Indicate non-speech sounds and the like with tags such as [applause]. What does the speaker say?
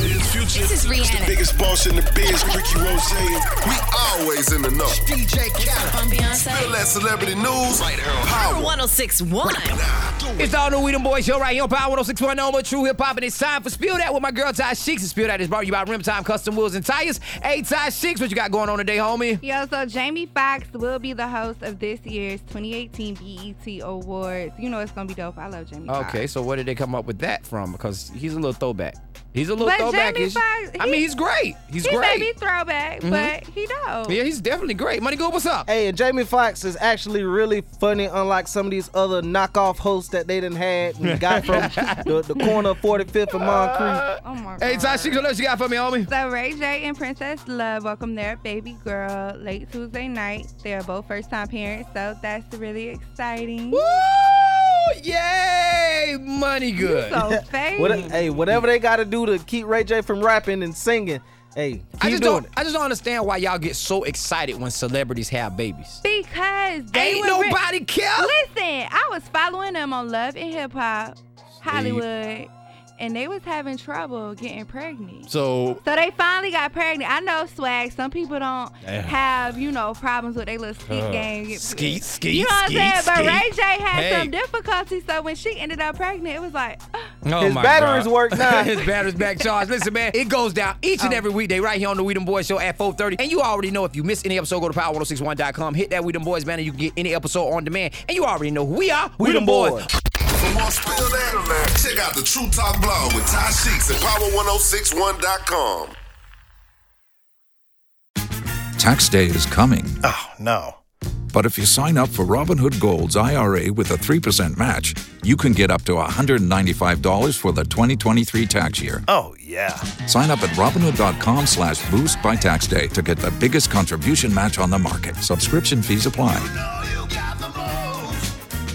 This is Rihanna. The biggest boss in the biz, Ricky Rose. We always in the know. DJ Khaled. on Feel Beyonce. that celebrity news. Power. 1061. It's the all new Weedem Boy Show right here on Power 1061 Noma, True Hip Hop, and it's time for Spill That with my girl Ty Sheeks. And Spill That is brought to you by Rim Time Custom Wheels and Tires. Hey, Ty Sheeks, what you got going on today, homie? Yo, so Jamie Foxx will be the host of this year's 2018 BET E Awards. You know it's gonna be dope. I love Jamie. Foxx. Okay, so where did they come up with that from? Because he's a little throwback. He's a little But throwback. Jamie Foxx, I he- mean, he's great. He's he great. Mm-hmm. may be throwback, but he dope. yeah, he's definitely great. Money Good, what's up? Hey, and Jamie Foxx is actually really funny, unlike some of these other knockoff hosts that they done had. We got from the, the corner of 45th and Moncrief. Oh my god. Hey, Ty Sheeks, what else you got for me, homie? So Ray J and Princess Love welcome their baby girl late Tuesday night. They are both first-time parents, so that's really exciting. Woo! Yay! Money Good. So fake. What, hey, whatever they got to do to keep Ray J from rapping and singing, hey, keep I just doing don't. I just don't understand why y'all get so excited when celebrities have babies. because they Ain't were ri- nobody care. Listen, I was following them on Love and Hip Hop, Hollywood, and they was having trouble getting pregnant. So So they finally got pregnant. I know swag. Some people don't have, you know, problems with their little skeet game. Get- skeet, skeet, You know what skeet, I'm saying? But skeet. Ray J had Hey. some difficulty, so when she ended up pregnant, it was like, Oh His my batteries God. work [laughs] now. Oh. His batteries back charged. Listen, man, it goes down each and every weekday right here on the Weedem Boys Show at 4:30. And you already know if you miss any episode, go to power1061.com, hit that Weedem Boys banner, you can get any episode on demand. And you already know who we are. Weedem, Weedem Boys. Boys. For more Spill That, check out the True Talk blog with Ty Sheeks at power1061.com. Tax day is coming, Oh, no. but if you sign up for Robinhood Gold's IRA with a 3% match, you can get up to $195 for the 2023 tax year. Oh, yeah. Sign up at Robinhood.com slash boost by tax day to get the biggest contribution match on the market. Subscription fees apply.